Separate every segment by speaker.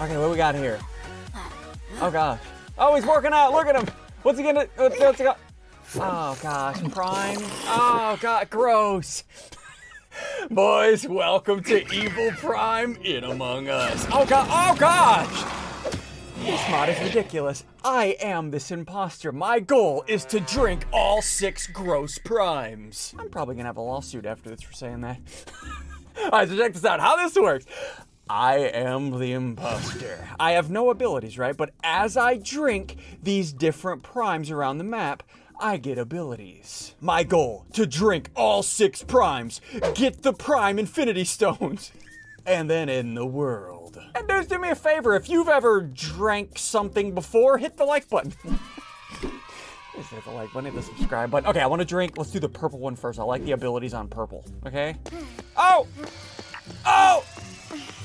Speaker 1: Okay, what we got here? Oh gosh. Oh, he's working out. Look at him. What's he gonna? What's, what's he got? Oh gosh, prime. Oh god, gross. Boys, welcome to Evil Prime in Among Us. Oh god. Oh gosh. This mod is ridiculous. I am this imposter. My goal is to drink all six gross primes. I'm probably gonna have a lawsuit after this for saying that. Alright, so check this out how this works. I am the imposter. I have no abilities, right? But as I drink these different primes around the map, I get abilities. My goal to drink all six primes, get the prime infinity stones, and then end the world. And dudes, do me a favor if you've ever drank something before, hit the like button. Is there the like button? Hit the subscribe button. Okay, I want to drink. Let's do the purple one first. I like the abilities on purple. Okay. Oh! Oh!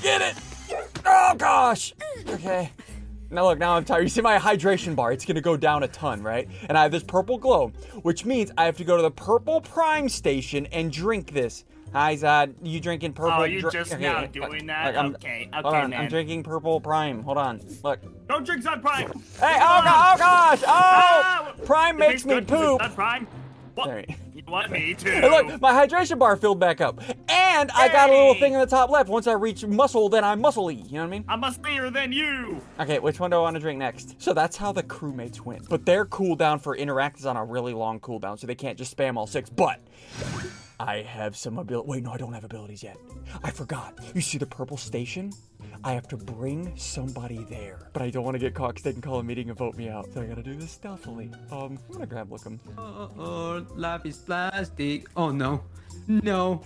Speaker 1: Get it! Oh gosh! Okay. Now look, now I'm tired. You see my hydration bar? It's gonna go down a ton, right? And I have this purple glow, which means I have to go to the purple prime station and drink this. Hi Zod, you drinking purple?
Speaker 2: Oh, you
Speaker 1: dr-
Speaker 2: just
Speaker 1: Okay,
Speaker 2: now
Speaker 1: look,
Speaker 2: doing that?
Speaker 1: look, I'm-
Speaker 2: okay, okay,
Speaker 1: Hold on,
Speaker 2: man.
Speaker 1: I'm drinking purple prime. Hold on, look.
Speaker 2: Don't drink Zod Prime.
Speaker 1: Hey, oh, go- oh gosh! Oh,
Speaker 2: Ah!
Speaker 1: prime
Speaker 2: It
Speaker 1: makes
Speaker 2: tastes
Speaker 1: me
Speaker 2: good 'cause
Speaker 1: poop.
Speaker 2: it's Zod Prime. What?
Speaker 1: Sorry.
Speaker 2: You know what? Me too.
Speaker 1: Hey, look, my hydration bar filled back up, and I got a little
Speaker 2: Hey!
Speaker 1: thing in the top left. Once I reach muscle, then I'm muscly. You know what I mean?
Speaker 2: I'm a slayer than you.
Speaker 1: Okay, which one do I want to drink next? So that's how the crewmates win. But their cooldown for interact is on a really long cooldown, so they can't just spam all six. But I have some ability. Wait, no, I don't have abilities yet. I forgot. You see the purple station? I have to bring somebody there. But I don't want to get caught because they can call a meeting and vote me out. So I gotta do this stealthily. Um, I'm gonna grab Lookum.
Speaker 3: Oh, life is plastic. Oh no, no.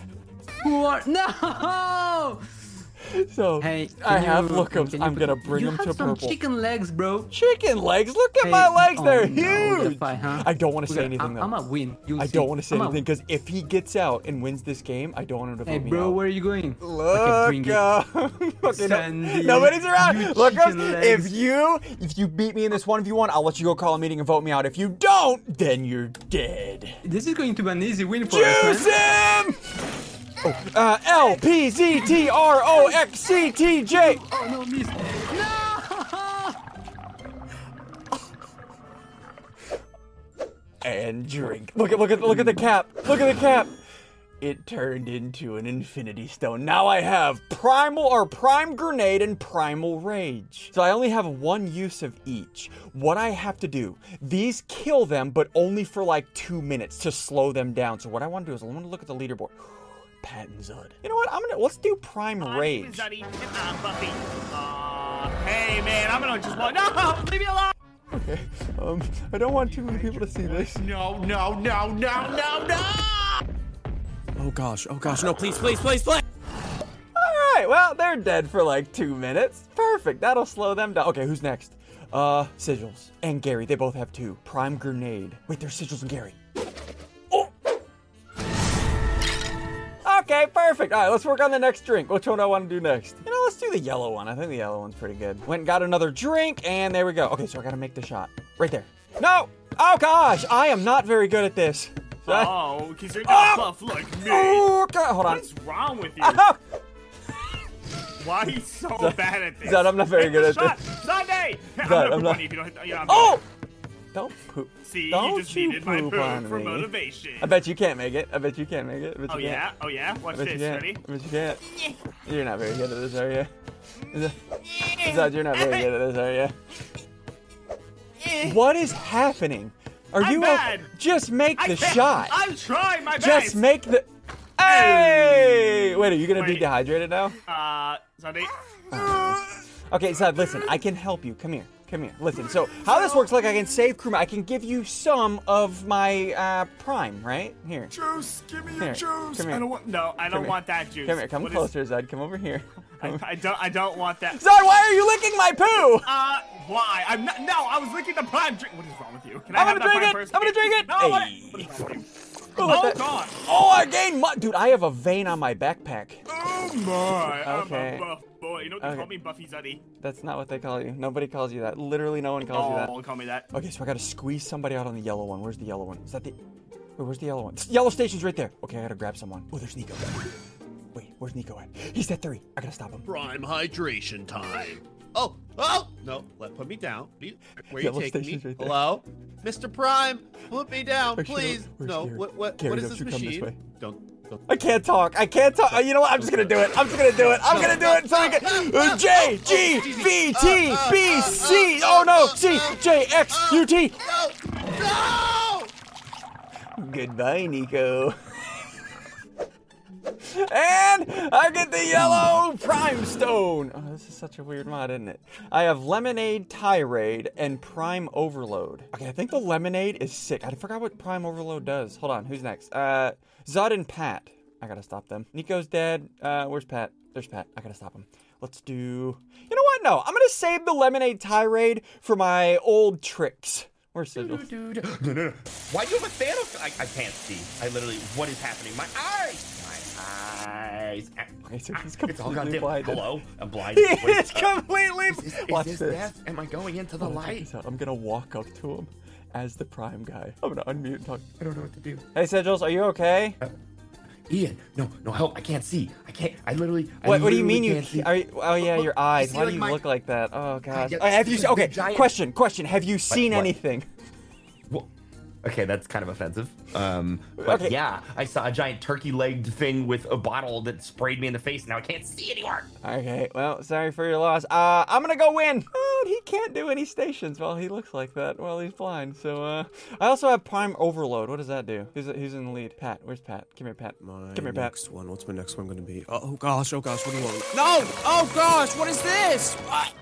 Speaker 3: Who are no?
Speaker 1: So
Speaker 3: Hey,
Speaker 1: I
Speaker 3: can
Speaker 1: have
Speaker 3: you-
Speaker 1: Lookums.
Speaker 3: can you
Speaker 1: I'm
Speaker 3: put-
Speaker 1: gonna bring
Speaker 3: you
Speaker 1: him
Speaker 3: have
Speaker 1: to
Speaker 3: some
Speaker 1: purple.
Speaker 3: chicken legs, bro.
Speaker 1: Chicken legs. Look at
Speaker 3: Hey,
Speaker 1: my legs.
Speaker 3: oh,
Speaker 1: They're
Speaker 3: no, we're gonna
Speaker 1: huge.
Speaker 3: fight, huh?
Speaker 1: I don't want to
Speaker 3: We're
Speaker 1: say
Speaker 3: gonna-
Speaker 1: anything
Speaker 3: I'm,
Speaker 1: though.
Speaker 3: I'm gonna win. You'll
Speaker 1: I
Speaker 3: see.
Speaker 1: don't want to say
Speaker 3: I'm a-
Speaker 1: anything because if he gets out and wins this game, I don't want him to vote
Speaker 3: Hey,
Speaker 1: me
Speaker 3: bro,
Speaker 1: out.
Speaker 3: where are you going?
Speaker 1: Look,
Speaker 3: bring it.
Speaker 1: uh, okay, no-
Speaker 3: Sandy,
Speaker 1: nobody's
Speaker 3: you
Speaker 1: around. Look, guys,
Speaker 3: chicken
Speaker 1: if
Speaker 3: legs.
Speaker 1: you if you beat me in this one v one, I'll let you go call a meeting and vote me out. If you don't, then you're dead.
Speaker 3: This is going to be an easy win for
Speaker 1: Juice
Speaker 3: us, man.
Speaker 1: him. Oh, uh, L P Z T R O X C T J.
Speaker 3: Oh no, miss.
Speaker 1: and drink. Look at look at look at the cap. Look at the cap. It turned into an infinity stone. Now I have primal or prime grenade and primal rage. So I only have one use of each. What I have to do, these kill them, but only for like two minutes to slow them down. So what I want to do is I want to look at the leaderboard. Pat and Zud. You know what? I'm gonna let's do prime
Speaker 2: My name
Speaker 1: rage.
Speaker 2: is Zoddy, and I'm Buffy. Uh, hey man, I'm gonna just walk. No, leave me alone.
Speaker 1: Okay. Um, I don't want too many people to see this.
Speaker 2: No, no, no, no, no, no.
Speaker 4: Oh gosh, oh gosh, no, please, please, please, please!
Speaker 1: All right, well, they're dead for like two minutes. Perfect. That'll slow them down. Okay, who's next? Uh, Sigils and Gary. They both have two. Prime Grenade. Wait, there's Sigils and Gary. Oh! Okay, perfect. All right, let's work on the next drink. Which one do I want to do next? You know, let's do the yellow one. I think the yellow one's pretty good. Went and got another drink, and there we go. Okay, so I gotta make the shot. Right there. No! Oh gosh, I am not very good at this.
Speaker 2: Oh, because you're
Speaker 1: Ah!
Speaker 2: not buff like me.
Speaker 1: Oh, God. Hold on.
Speaker 2: What's wrong with you?
Speaker 1: Oh,
Speaker 2: Why are you so bad at this?
Speaker 1: Zod, I'm not very
Speaker 2: Hit
Speaker 1: good
Speaker 2: the
Speaker 1: at
Speaker 2: shot. Sunday. I'm
Speaker 1: Zod,
Speaker 2: gonna
Speaker 1: I'm
Speaker 2: poop
Speaker 1: not-
Speaker 2: on you if you don't hit the- yeah, I'm
Speaker 1: Oh! Don't poop.
Speaker 2: See,
Speaker 1: Don't
Speaker 2: you just needed my
Speaker 1: poop
Speaker 2: poop
Speaker 1: on
Speaker 2: for
Speaker 1: me.
Speaker 2: motivation.
Speaker 1: I bet you can't make it. I bet you can't make it. I bet
Speaker 2: Oh
Speaker 1: you can't.
Speaker 2: yeah, oh yeah. Watch
Speaker 1: I bet you
Speaker 2: this.
Speaker 1: can't.
Speaker 2: Ready?
Speaker 1: I bet you can't. You're not very good at this, are you? Zod, you're not very good at this, are you? What is happening? Are
Speaker 2: I'm
Speaker 1: you o-
Speaker 2: bad.
Speaker 1: just make
Speaker 2: I
Speaker 1: the
Speaker 2: can't-
Speaker 1: shot?
Speaker 2: I'm trying my best.
Speaker 1: just make the. Hey! Wait, are you gonna be
Speaker 2: Wait.
Speaker 1: dehydrated now?
Speaker 2: Uh, Sunday. Ah.
Speaker 1: Okay, Zod, listen, I can help you. Come here. Come here. Listen, so how this works, like I can save crewmate. I can give you some of my uh, prime, right? Here.
Speaker 2: Juice, give me your
Speaker 1: Here,
Speaker 2: juice.
Speaker 1: come here.
Speaker 2: I don't want. No, I don't
Speaker 1: here.
Speaker 2: want that juice.
Speaker 1: Come here, come
Speaker 2: What is-
Speaker 1: closer, Zod. Come over here.
Speaker 2: I, I don't. I don't want that.
Speaker 1: Zod, why are you licking my poo?
Speaker 2: Uh, why? I'm not. No, I was licking the prime drink. What is wrong with you? Can I
Speaker 1: I'm
Speaker 2: have
Speaker 1: gonna drink
Speaker 2: that prime
Speaker 1: it.
Speaker 2: first?
Speaker 1: I'm gonna drink it.
Speaker 2: No, what-
Speaker 1: Hey.
Speaker 2: what is wrong with you?
Speaker 1: Don't let
Speaker 2: Oh
Speaker 1: that-
Speaker 2: God.
Speaker 1: Oh, I gained mu- Dude, I have a vein on my backpack.
Speaker 2: Oh my.
Speaker 1: Okay.
Speaker 2: I'm a buff boy. You know what they
Speaker 1: Okay.
Speaker 2: call me, Buffy Zuddy.
Speaker 1: That's not what they call you. Nobody calls you that. Literally no one calls you
Speaker 2: Oh,
Speaker 1: that.
Speaker 2: call me that.
Speaker 1: Okay, so I gotta squeeze somebody out on the yellow one. Where's the yellow one? Is that the. Wait, where's the yellow one? Yellow station's right there. Okay, I gotta grab someone. Oh, there's Nico. Wait, where's Nico at? He's at three. I gotta stop him.
Speaker 5: Prime hydration time. Oh, oh, no, let put me down. What are you- Where are
Speaker 1: Yeah,
Speaker 5: you
Speaker 1: well,
Speaker 5: taking
Speaker 1: station's
Speaker 5: me?
Speaker 1: right there.
Speaker 5: Hello, Mr. Prime, put me down,
Speaker 1: Actually,
Speaker 5: please.
Speaker 1: we're
Speaker 5: No,
Speaker 1: scared.
Speaker 5: what, what,
Speaker 1: Gary,
Speaker 5: what is
Speaker 1: don't
Speaker 5: this
Speaker 1: you come this
Speaker 5: machine?
Speaker 1: way.
Speaker 5: Don't, don't.
Speaker 1: I can't talk. I can't talk. Uh, You know what? I'm just gonna do it. I'm just gonna do it. I'm gonna do it. So I can. Uh, J G V T B C. Oh no! C J X U T.
Speaker 5: No, no!
Speaker 1: Goodbye, Nico. and I get the yellow prime stone. Oh, this is such a weird mod, isn't it? I have lemonade tirade and prime overload. Okay, I think the lemonade is sick. I forgot what prime overload does. Hold on, who's next? Uh, Zod and Pat. I gotta stop them. Nico's dead. Uh, where's Pat? There's Pat. I gotta stop him. Let's do. You know what? No, I'm gonna save the lemonade tirade for my old tricks. Where's Sigil?
Speaker 5: No, no, no. Why do you have a fan of? I, I can't see. I literally. What is happening? My eyes. My eyes.
Speaker 1: Okay, so he's
Speaker 5: It's all
Speaker 1: completely
Speaker 5: goddamn.
Speaker 1: blinded.
Speaker 5: Hello, I'm blind.
Speaker 1: He
Speaker 5: Wait,
Speaker 1: is
Speaker 5: uh,
Speaker 1: completely.
Speaker 5: Is, is
Speaker 1: Watch
Speaker 5: this,
Speaker 1: this.
Speaker 5: death? Am I going into the
Speaker 1: Hold on, check
Speaker 5: light?
Speaker 1: this out. I'm gonna walk up to him as the prime guy. I'm gonna unmute and talk.
Speaker 5: I don't know what to do.
Speaker 1: Hey, Sigils, are you okay?
Speaker 5: Ian, no, no help! I can't see. I can't. I literally. I
Speaker 1: What, what do you
Speaker 5: literally
Speaker 1: mean you?
Speaker 5: can't see.
Speaker 1: Are you oh yeah,
Speaker 5: look,
Speaker 1: your
Speaker 5: you
Speaker 1: eyes.
Speaker 5: see,
Speaker 1: Why do
Speaker 5: like,
Speaker 1: you
Speaker 5: my- Ah,
Speaker 1: look like that? Oh gosh.
Speaker 5: yeah,
Speaker 1: Uh, have you?
Speaker 5: this
Speaker 1: se- Okay.
Speaker 5: big giant-
Speaker 1: Question. Question. Have you seen
Speaker 5: what?
Speaker 1: anything?
Speaker 5: Well, okay, that's kind of offensive. Um, but
Speaker 1: Okay.
Speaker 5: yeah, I saw a giant turkey-legged thing with a bottle that sprayed me in the face. Now I can't see anymore.
Speaker 1: Okay. Well, sorry for your loss. Uh, I'm gonna go win. Oh, he can't do any stations. Well, he looks like that. Well, he's blind. So uh, I also have prime overload. What does that do? Who's, who's in the lead? Pat. Where's Pat? Come here, Pat.
Speaker 4: My
Speaker 1: Come here, Pat.
Speaker 4: next one. What's my next one gonna be? Oh, oh gosh, oh gosh, what do you want? No! Oh gosh, what is this? What?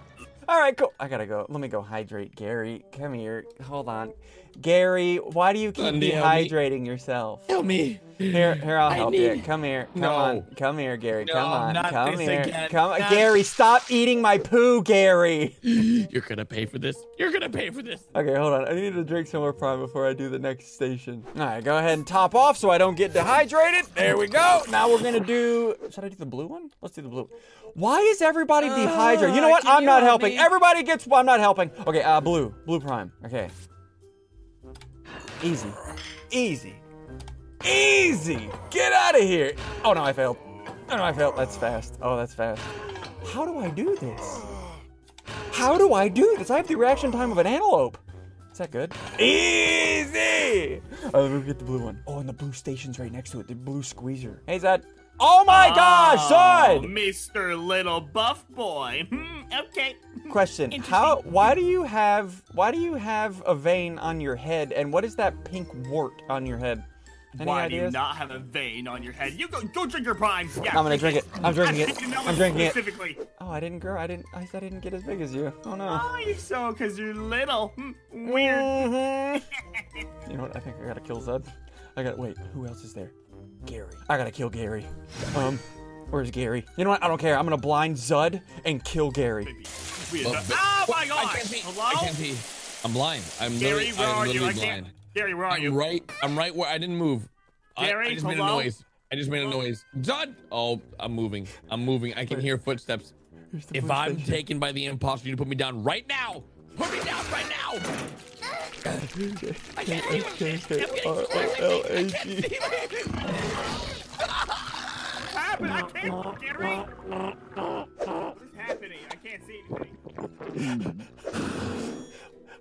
Speaker 1: All right, cool. I gotta go. Let me go hydrate Gary. Come here. Hold on. Gary, why do you keep
Speaker 4: Andy, help me.
Speaker 1: dehydrating yourself?
Speaker 4: Tell me.
Speaker 1: Here, here, I'll
Speaker 4: I
Speaker 1: help you.
Speaker 4: need-
Speaker 1: Come here. Come
Speaker 4: No.
Speaker 1: on. Come here, Gary. come on.
Speaker 2: not
Speaker 1: come
Speaker 2: this
Speaker 1: here.
Speaker 2: again.
Speaker 1: Come
Speaker 2: Not-
Speaker 1: Gary, stop eating my poo, Gary.
Speaker 4: You're gonna pay for this. You're gonna pay for this.
Speaker 1: Okay, hold on. I need to drink some more prime before I do the next station. All right, go ahead and top off so I don't get dehydrated. There we go. Now we're gonna do. Should I do the blue one? Let's do the blue. Why is everybody dehydrated? You know what?
Speaker 3: Uh, can
Speaker 1: I'm
Speaker 3: you
Speaker 1: not
Speaker 3: help
Speaker 1: helping.
Speaker 3: me?
Speaker 1: Everybody gets. I'm not helping. Okay, uh, blue, blue prime. Okay. Easy, easy, easy. Get out of here. Oh no, I failed. Oh no, I failed. That's fast. Oh, that's fast. How do I do this? How do I do this? I have the reaction time of an antelope. Is that good? Easy! Oh, let me get the blue one. Oh, and the blue station's right next to it. The blue squeezer. Hey, Zod. Oh my gosh,
Speaker 2: Oh,
Speaker 1: Zod!
Speaker 2: Mr. Little Buff Boy. Hmm, okay.
Speaker 1: Question: How? Why do you have? Why do you have a vein on your head? And what is that pink wart on your head? Any
Speaker 2: Why do you
Speaker 1: ideas?
Speaker 2: not have a vein on your head? You go, go drink your prime. Yeah,
Speaker 1: I'm gonna drink it. I'm drinking
Speaker 2: I'm
Speaker 1: it.
Speaker 2: thinking that
Speaker 1: I'm
Speaker 2: one
Speaker 1: drinking it.
Speaker 2: specifically.
Speaker 1: Oh, I didn't grow. I didn't. I, I didn't get as big as you. Oh no.
Speaker 2: Oh, you're so because you're little. Hmm, Weird.
Speaker 1: Mhm. you know what? I think I gotta kill Zed. I gotta wait. Who else is there? Gary. I gotta kill Gary. Um, where's Gary? You know what? I don't care. I'm gonna blind Zud and kill Gary.
Speaker 2: Weird. Oh my god! Hello,
Speaker 6: I can't see. I'm blind. I'm
Speaker 2: Gary,
Speaker 6: literally,
Speaker 2: where
Speaker 6: I'm
Speaker 2: are you? I
Speaker 6: literally
Speaker 2: can't.
Speaker 6: blind.
Speaker 2: Gary, where are
Speaker 6: I'm
Speaker 2: you?
Speaker 6: right. I'm right where I didn't move. I-
Speaker 2: Gary,
Speaker 6: I, just made a
Speaker 2: hello?
Speaker 6: noise. I just made a noise. Done. Oh, I'm moving. I'm moving. I can hear footsteps. If I'm taken by the imposter, you put me down right now. Put me down right now. I can't see what it is. I'm getting
Speaker 1: R-O-L-A-G.
Speaker 2: What happened? I can't. Gary. What's happening? I can't see anything.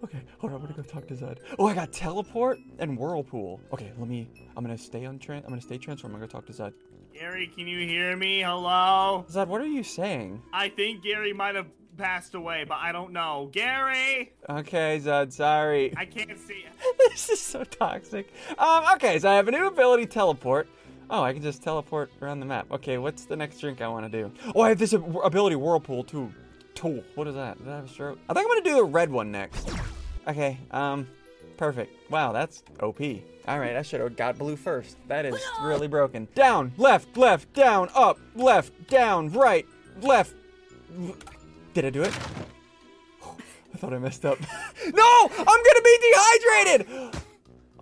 Speaker 1: Okay, hold on. I'm gonna go talk to Zud. Oh, I got teleport and whirlpool. Okay, let me. I'm gonna stay on tran. I'm gonna stay transformed. I'm gonna talk to Zud.
Speaker 2: Gary, can you hear me? Hello.
Speaker 1: Zud, what are you saying?
Speaker 2: I think Gary might have passed away, but I don't know. Gary,
Speaker 1: Okay, Zud. Sorry.
Speaker 2: I can't see.
Speaker 1: this is so toxic. Um, okay, so I have a new ability, teleport. Oh, I can just teleport around the map. Okay, what's the next drink I want to do? Oh, I have this ab- ability, Whirlpool too. Tool. What is that? Does that have a stroke? I think I'm gonna do the red one next. Okay. Um, perfect. Wow, that's OP. All right, I should have got blue first. That is really broken. Down, left, left, down, up, left, down, right, left. Did I do it? I thought I messed up. no! I'm gonna be dehydrated!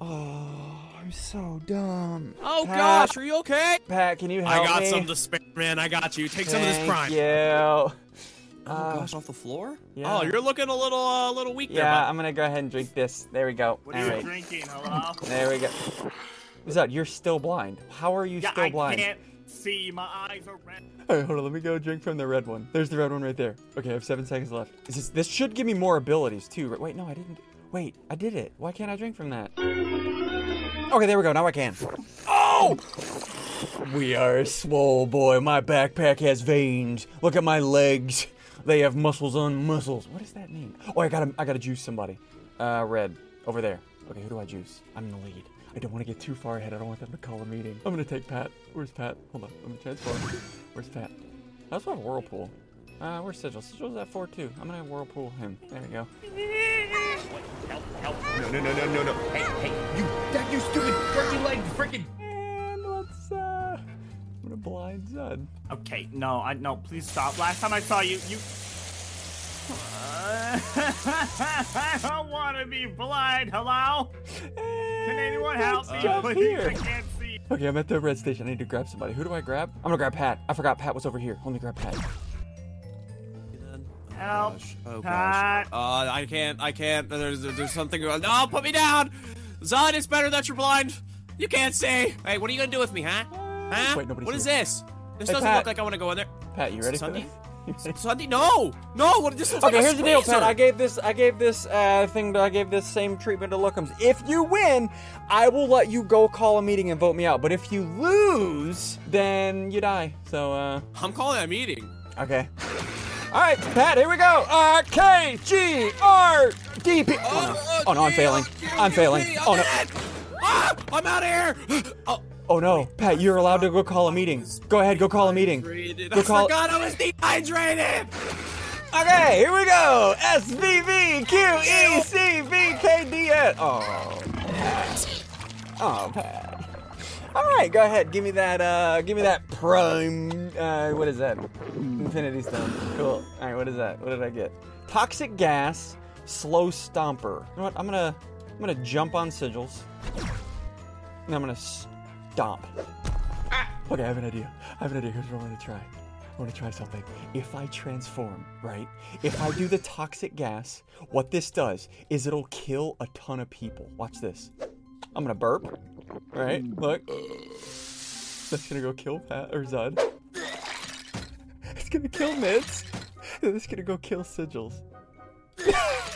Speaker 1: Oh, I'm so dumb.
Speaker 4: Oh
Speaker 1: Pat.
Speaker 4: gosh, are you okay?
Speaker 1: Pat, can you help
Speaker 4: I
Speaker 1: me?
Speaker 4: got some to spare, man. I got you. Take some of this
Speaker 1: Thank
Speaker 4: prime.
Speaker 1: you.
Speaker 4: Oh gosh, off the floor?
Speaker 1: yeah.
Speaker 4: Oh, you're looking a little, uh, little weak there.
Speaker 1: Yeah, I'm gonna go ahead and drink this. There we go.
Speaker 2: What
Speaker 1: All
Speaker 2: are you
Speaker 1: right.
Speaker 2: drinking? Hello.
Speaker 1: There we go. Zod, you're still blind. How are you
Speaker 2: Yeah,
Speaker 1: still
Speaker 2: I
Speaker 1: blind?
Speaker 2: can't see. My eyes are red.
Speaker 1: Alright, hold on. Let me go drink from the red one. There's the red one right there. Okay, I have seven seconds left. Is this, this should give me more abilities too. right? Wait, no, I didn't. Wait, I did it. Why can't I drink from that? Okay, there we go. Now I can. Oh! We are swole, boy. My backpack has veins. Look at my legs. They have muscles on muscles. What does that mean? Oh, I gotta, I gotta juice somebody. Uh, red over there. Okay, who do I juice? I'm in the lead. I don't want to get too far ahead. I don't want them to call a meeting. I'm gonna take Pat. Where's Pat? Hold on. Let me transform. Where's Pat? I also have Whirlpool. Uh, where's Sigil? Sigil's at four too. I'm gonna Whirlpool him. There we go.
Speaker 5: What? Help, help. No, no, no, no, no, no. Hey, hey, you, that, you stupid freaking leg, freaking.
Speaker 1: And let's uh, I'm gonna blind Zed.
Speaker 2: Okay, no, I no. Please stop. Last time I saw you, you. I don't want to be blind. Hello? Can anyone help me?
Speaker 1: Jeff
Speaker 2: please?
Speaker 1: here.
Speaker 2: I can't see.
Speaker 1: Okay, I'm at the red station. I need to grab somebody. Who do I grab? I'm gonna grab Pat. I forgot Pat was over here. Let me grab Pat.
Speaker 2: Help.
Speaker 4: Gosh. Oh
Speaker 2: Pat.
Speaker 4: gosh. Uh, I can't. I can't. There's there's something going. No, put me down. Zod, it's better that you're blind. You can't see. Hey, what are you gonna do with me, huh? Huh?
Speaker 1: Wait, nobody's
Speaker 4: What is
Speaker 1: here.
Speaker 4: this? This
Speaker 1: Hey,
Speaker 4: doesn't
Speaker 1: Pat.
Speaker 4: look like I want to go in there.
Speaker 1: Pat, you ready for
Speaker 4: Sunday?
Speaker 1: this?
Speaker 4: Sunday? No, no. What? This looks
Speaker 1: Okay,
Speaker 4: like a
Speaker 1: here's the deal, Pat.
Speaker 4: squeezer.
Speaker 1: I gave this, I gave this uh, thing, I gave this same treatment to Lookums. If you win, I will let you go call a meeting and vote me out. But if you lose, then you die. So, uh,
Speaker 4: I'm calling a meeting.
Speaker 1: okay. All right, Pat. Here we go. R K G R D P. Oh, no. oh no, I'm failing. I'm failing. Oh no.
Speaker 4: Ah, I'm out of here. Oh,
Speaker 1: Oh no, Pat. You're allowed to go call a meeting. Go ahead, go call a meeting.
Speaker 4: dehydrated.
Speaker 1: Go
Speaker 4: I
Speaker 1: call.
Speaker 4: forgot I was dehydrated.
Speaker 1: Okay, here we go. S V V Q E C V K D S. Oh. Oh, Pat. All right, go ahead. Give me that. Uh, give me that prime. Uh, what is that? Infinity Stone. Cool. All right, what is that? What did I get? Toxic gas, slow stomper. You know what? I'm gonna, I'm gonna jump on sigils, and I'm gonna stomp. Okay, I have an idea. I have an idea. Here's what I want to try. I want to try something. If I transform, right? If I do the toxic gas, what this does is it'll kill a ton of people. Watch this. I'm gonna burp. Right? Look. That's gonna go kill Pat or Zud. It's gonna kill Mids. And it's gonna go kill Sigils.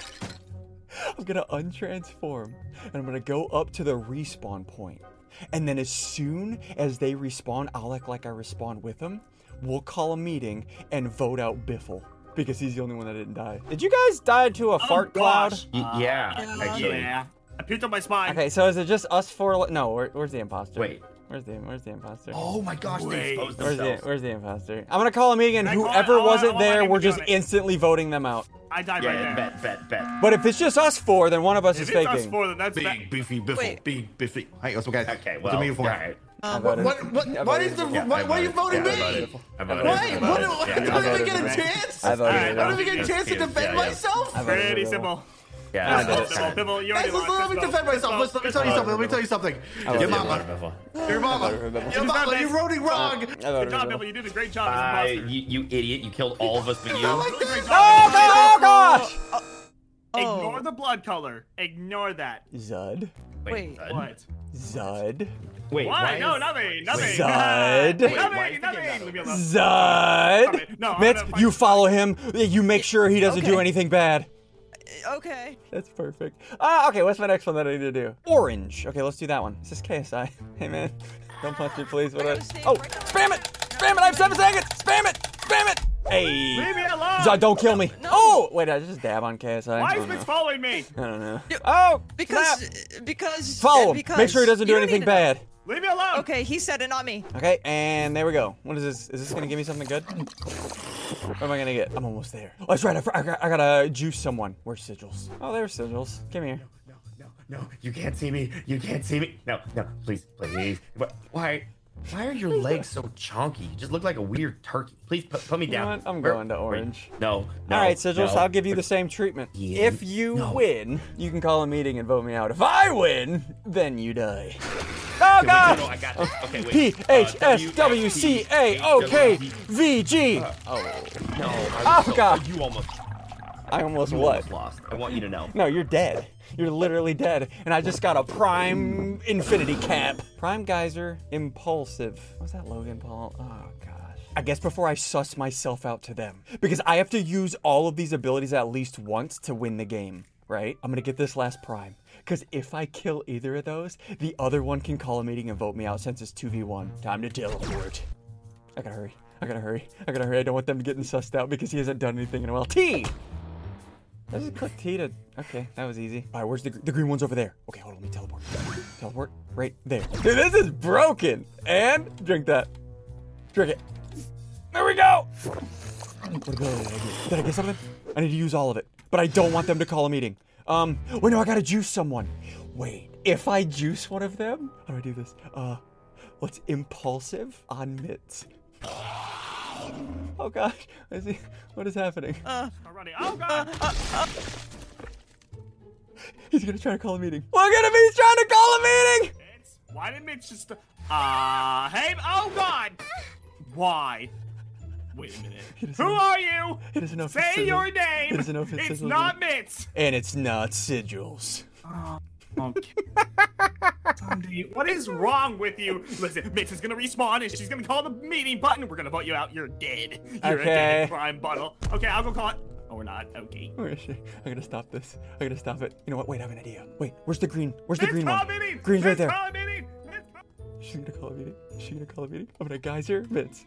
Speaker 1: I'm gonna untransform and I'm gonna go up to the respawn point. And then as soon as they respawn, I'll act like I respawn with them. We'll call a meeting and vote out Biffle because he's the only one that didn't die. Did you guys die to a fart cloud?
Speaker 2: Oh,
Speaker 1: Mm.
Speaker 2: gosh. Oh,
Speaker 5: yeah, actually.
Speaker 2: Yeah. I puked up my spine.
Speaker 1: Okay, so is it just us four? li- No, where, where's the imposter?
Speaker 5: Wait.
Speaker 1: Where's the Where's the imposter?
Speaker 5: Oh my gosh,
Speaker 2: Wait.
Speaker 5: they exposed
Speaker 1: where's the
Speaker 5: themselves.
Speaker 1: Where's the imposter? I'm gonna call him again.
Speaker 2: I call- Oh,
Speaker 1: Whoever
Speaker 2: I want- I
Speaker 1: wasn't
Speaker 2: want my
Speaker 1: there,
Speaker 2: name
Speaker 1: we're
Speaker 2: to be
Speaker 1: just
Speaker 2: on it.
Speaker 1: instantly voting them out.
Speaker 2: I died
Speaker 5: Yeah,
Speaker 2: right
Speaker 5: yeah,
Speaker 2: there.
Speaker 5: bet, bet, bet.
Speaker 1: But if it's just us four, then one of us
Speaker 2: If
Speaker 1: is
Speaker 2: it's
Speaker 1: faking.
Speaker 2: us four, then that's bad.
Speaker 7: Big beefy biffle.
Speaker 8: Wait.
Speaker 7: Big biffy. Hey, what's up, guys?
Speaker 5: Okay,
Speaker 7: What's
Speaker 5: well,
Speaker 7: up, meaningful
Speaker 5: all
Speaker 7: guy?
Speaker 5: right.
Speaker 1: I
Speaker 7: What?
Speaker 1: voted-
Speaker 7: What? What?
Speaker 1: I
Speaker 7: Why
Speaker 1: voted-
Speaker 7: is the?
Speaker 5: Yeah,
Speaker 7: why,
Speaker 5: I
Speaker 7: why are you
Speaker 5: voted.
Speaker 7: voting
Speaker 5: Yeah, I
Speaker 7: me?
Speaker 5: voted. I voted.
Speaker 7: Why?
Speaker 5: I
Speaker 7: What?
Speaker 5: voted.
Speaker 7: What?
Speaker 5: Yeah, I
Speaker 7: I don't even
Speaker 5: voted.
Speaker 7: get a
Speaker 2: Right.
Speaker 7: chance.
Speaker 1: I
Speaker 7: I
Speaker 1: voted.
Speaker 2: Alright,
Speaker 1: it out.
Speaker 7: don't even get a chance to
Speaker 5: Yeah,
Speaker 7: defend
Speaker 5: yeah.
Speaker 7: myself.
Speaker 1: I voted it
Speaker 2: Pretty
Speaker 1: out.
Speaker 2: simple.
Speaker 5: Yeah, I
Speaker 2: Biffle,
Speaker 5: voted.
Speaker 2: Biffle, Biffle, you already
Speaker 7: Guys, let's
Speaker 2: lost.
Speaker 7: let me
Speaker 2: Biffle,
Speaker 7: defend myself.
Speaker 2: Biffle,
Speaker 7: Let's- Let me
Speaker 2: Biffle.
Speaker 7: tell you something. Let me tell you something. Your mama. Your mama. Your mama. You're voting wrong.
Speaker 1: I voted
Speaker 2: Good job,
Speaker 1: it out.
Speaker 2: Biffle. You did a great job
Speaker 5: Bye,
Speaker 2: as an imposter.
Speaker 5: you, you idiot. You killed all of us but
Speaker 7: Not
Speaker 5: you.
Speaker 7: like this.
Speaker 1: Oh, no, oh gosh!
Speaker 8: Oh,
Speaker 2: Ignore the blood color. Ignore that.
Speaker 1: Zud,
Speaker 8: Wait.
Speaker 5: Zud?
Speaker 2: What?
Speaker 1: Zud,
Speaker 5: Wait,
Speaker 2: Why?
Speaker 5: why
Speaker 2: No,
Speaker 5: is-
Speaker 2: nothing. Nothing.
Speaker 1: Zod.
Speaker 2: Nothing.
Speaker 5: why is
Speaker 2: Nothing.
Speaker 5: the game
Speaker 2: Leave me
Speaker 5: not
Speaker 2: alone. Okay,
Speaker 1: Zud.
Speaker 2: no, I'm
Speaker 1: Mitz,
Speaker 2: gonna fight-
Speaker 1: you follow him. You make sure he doesn't do
Speaker 8: Okay.
Speaker 1: anything bad.
Speaker 8: okay.
Speaker 1: That's perfect. Ah, okay. What's my next one that I need to do? Orange. Okay, let's do that one. This is KSI. Hey man, don't punch me, please. What?
Speaker 8: gotta
Speaker 1: I-
Speaker 8: stay
Speaker 1: Oh,
Speaker 8: right on-
Speaker 1: spam it! Spam it! I have seven seconds. Spam it! Spam it!
Speaker 2: Leave
Speaker 1: Hey,
Speaker 2: me alone.
Speaker 1: Zod, don't kill me.
Speaker 8: No.
Speaker 1: Oh, wait, I just dab on KSI.
Speaker 2: Why
Speaker 1: I
Speaker 2: is
Speaker 1: don't
Speaker 2: Mitch
Speaker 1: know.
Speaker 2: following me?
Speaker 1: I don't know. Oh,
Speaker 8: Because uh,
Speaker 1: snap.
Speaker 8: because
Speaker 1: follow him.
Speaker 8: because
Speaker 1: Make sure he doesn't do
Speaker 8: you don't
Speaker 1: anything
Speaker 8: need
Speaker 1: bad.
Speaker 8: to know.
Speaker 2: Leave me alone.
Speaker 8: Okay, he said it, not me.
Speaker 1: Okay, and there we go. What is this? Is this gonna give me something good? What am I gonna get? I'm almost there. Oh, that's right. I, fr- I, got- I gotta juice someone. Where's sigils? Oh, there's sigils. Come here.
Speaker 5: No, no, no. You can't see me. You can't see me. No, no. Please, please. Wh- Why? Why are your legs so chonky? You just look like a weird turkey. Please put, put me
Speaker 1: know
Speaker 5: down.
Speaker 1: what? I'm
Speaker 5: Where-
Speaker 1: going to
Speaker 5: wait,
Speaker 1: orange.
Speaker 5: No, no.
Speaker 1: All right, Sigils,
Speaker 5: no.
Speaker 1: I'll give you the same treatment.
Speaker 5: Yeah.
Speaker 1: If you
Speaker 5: No.
Speaker 1: win, you can call a meeting and vote me out. If I win, then you die. Oh,
Speaker 5: Okay, wait,
Speaker 1: God!
Speaker 5: no, no, I got this. Okay, wait.
Speaker 1: P H S W C A O K V G.
Speaker 5: Oh, no. I was
Speaker 1: Oh,
Speaker 5: so-
Speaker 1: God.
Speaker 5: You almost.
Speaker 1: I almost
Speaker 5: You
Speaker 1: what?
Speaker 5: almost lost. I want you to know.
Speaker 1: No, you're dead. You're literally dead. And I just got a prime infinity cap. Prime geyser impulsive. Was that Logan Paul? Oh gosh. I guess before I suss myself out to them. Because I have to use all of these abilities at least once to win the game, right? I'm gonna get this last prime. Because if I kill either of those, the other one can call a meeting and vote me out since it's 2v1. Time to teleport. I gotta hurry. I gotta hurry. I gotta hurry. I don't want them getting sussed out because he hasn't done anything in a while. T! I just click T to. Okay, that was easy. All right, where's the gr- the green one's over there? Okay, hold on, let me teleport. teleport right there. Dude, this is broken. And drink that. Drink it. There we go. What ability did I get? Did I get something? I need to use all of it, but I don't want them to call a meeting. Um, wait, no, I gotta juice someone. Wait, if I juice one of them, how do I do this? Uh, what's impulsive on mitts? Oh gosh, I see. What is happening?
Speaker 2: Alrighty. Oh god!
Speaker 1: He's gonna try to call a meeting. Look at him, he's trying to call a meeting!
Speaker 2: It's- why did Mitch just? Ah, hey! Oh god! Why? Wait a minute. Who are you?
Speaker 1: It is an office
Speaker 2: Say
Speaker 1: sizzle.
Speaker 2: your name.
Speaker 1: It is an office
Speaker 2: It's
Speaker 1: sizzle.
Speaker 2: not Mitch.
Speaker 1: And it's not sigils.
Speaker 2: Okay. Sunday, what is wrong with you? Listen, Mitch is gonna respawn and she's gonna call the meeting button. We're gonna vote you out. You're dead. You're a
Speaker 1: Okay.
Speaker 2: dead crime bundle. Okay, I'll go call it. Oh, we're not. Okay.
Speaker 1: Where is she? I gotta stop this. I gotta stop it. You know what? Wait, I have an idea. Wait, where's the green? Where's the
Speaker 2: Mitch,
Speaker 1: green
Speaker 2: call
Speaker 1: one?
Speaker 2: a meeting.
Speaker 1: Green's right
Speaker 2: Mitch,
Speaker 1: there.
Speaker 2: Call a meeting. Mitch, call-
Speaker 1: She's gonna call a meeting. She's gonna call a meeting. I'm gonna geyser mitts.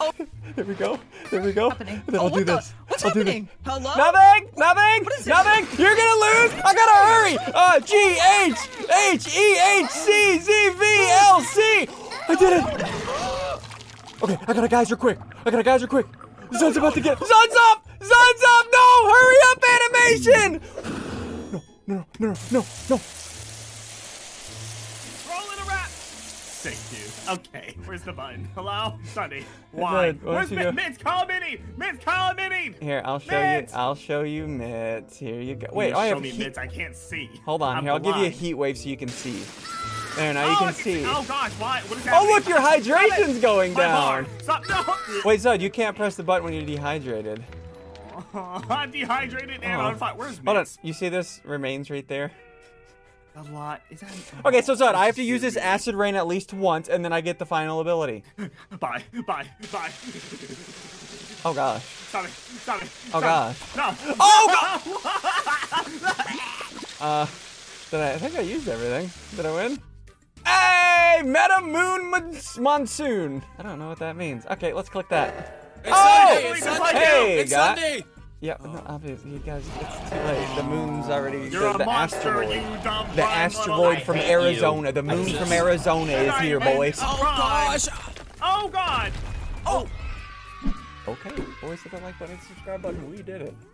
Speaker 1: Oh, there we go. There we go.
Speaker 8: happening?
Speaker 1: Then
Speaker 8: Oh,
Speaker 1: I'll do
Speaker 8: what the-
Speaker 1: this.
Speaker 8: what's
Speaker 1: I'll do this.
Speaker 8: happening? Hello?
Speaker 1: Nothing. Nothing.
Speaker 8: What is it?
Speaker 1: nothing. You're gonna lose. I gotta hurry. Uh, G H H E H C Z V L C. I did it. Okay, I gotta geyser quick. I gotta geyser quick. The sun's about to get. Sun's up. Sun's up. No, hurry up, animation. No, no, no, no, no, no.
Speaker 2: Roll in a wrap. Sick, dude. Okay, where's the button? Hello, Sunday. Why?
Speaker 1: Bud, why don't
Speaker 2: Where's
Speaker 1: you
Speaker 2: Mitch?
Speaker 1: go-
Speaker 2: Mitch, call a meeting. Mitch, call a meeting.
Speaker 1: Here, I'll show
Speaker 2: Mitts!
Speaker 1: you. I'll show you mitts. Here you go. Wait, Oh,
Speaker 2: Mitch,
Speaker 1: I
Speaker 2: show
Speaker 1: have
Speaker 2: me
Speaker 1: heat.
Speaker 2: Mitch. I can't see.
Speaker 1: Hold on.
Speaker 2: I'm
Speaker 1: here, I'll give you a
Speaker 2: blind.
Speaker 1: heat wave so you can see. There, now
Speaker 2: oh,
Speaker 1: you
Speaker 2: I
Speaker 1: can see.
Speaker 2: Oh gosh, why? What is
Speaker 1: Oh,
Speaker 2: happening?
Speaker 1: look, your hydration's going
Speaker 2: My bar.
Speaker 1: down.
Speaker 2: Stop! No.
Speaker 1: Wait, Zod, you can't press the button when you're dehydrated.
Speaker 2: I'm dehydrated and
Speaker 1: Oh.
Speaker 2: on fire. Where's
Speaker 1: Hold on.
Speaker 2: Mitch?
Speaker 1: You see this remains right there?
Speaker 2: A lot. Is that?
Speaker 1: Okay, so Zod, I have to use this acid rain at least once, and then I get the final ability.
Speaker 2: Bye, bye, bye.
Speaker 1: Oh gosh.
Speaker 2: Stop it! Stop it!
Speaker 1: Oh
Speaker 2: stop
Speaker 1: gosh.
Speaker 2: it. No.
Speaker 1: Oh god. uh, did I? I think I used everything. Did I win? Hey, Meta Moon Mon- Monsoon. I don't know what that means. Okay, let's click that.
Speaker 4: It's Sunday.
Speaker 2: Hey,
Speaker 4: It's Sunday.
Speaker 1: Oh! guy.
Speaker 4: it's Sunday.
Speaker 1: Yeah, no, obviously, you guys, it's too late. The moon's already.
Speaker 2: Um, You're
Speaker 1: the,
Speaker 2: a
Speaker 1: the
Speaker 2: monster,
Speaker 1: asteroid.
Speaker 2: you dumb
Speaker 1: The
Speaker 2: blind
Speaker 1: asteroid
Speaker 2: little-
Speaker 1: from
Speaker 5: hate
Speaker 1: Arizona. The moon from Arizona is here,
Speaker 2: Iron Man.
Speaker 1: boys.
Speaker 4: Oh
Speaker 2: Crime.
Speaker 4: gosh.
Speaker 2: Oh god!
Speaker 1: Okay, boys, hit the like button, subscribe button. We did it.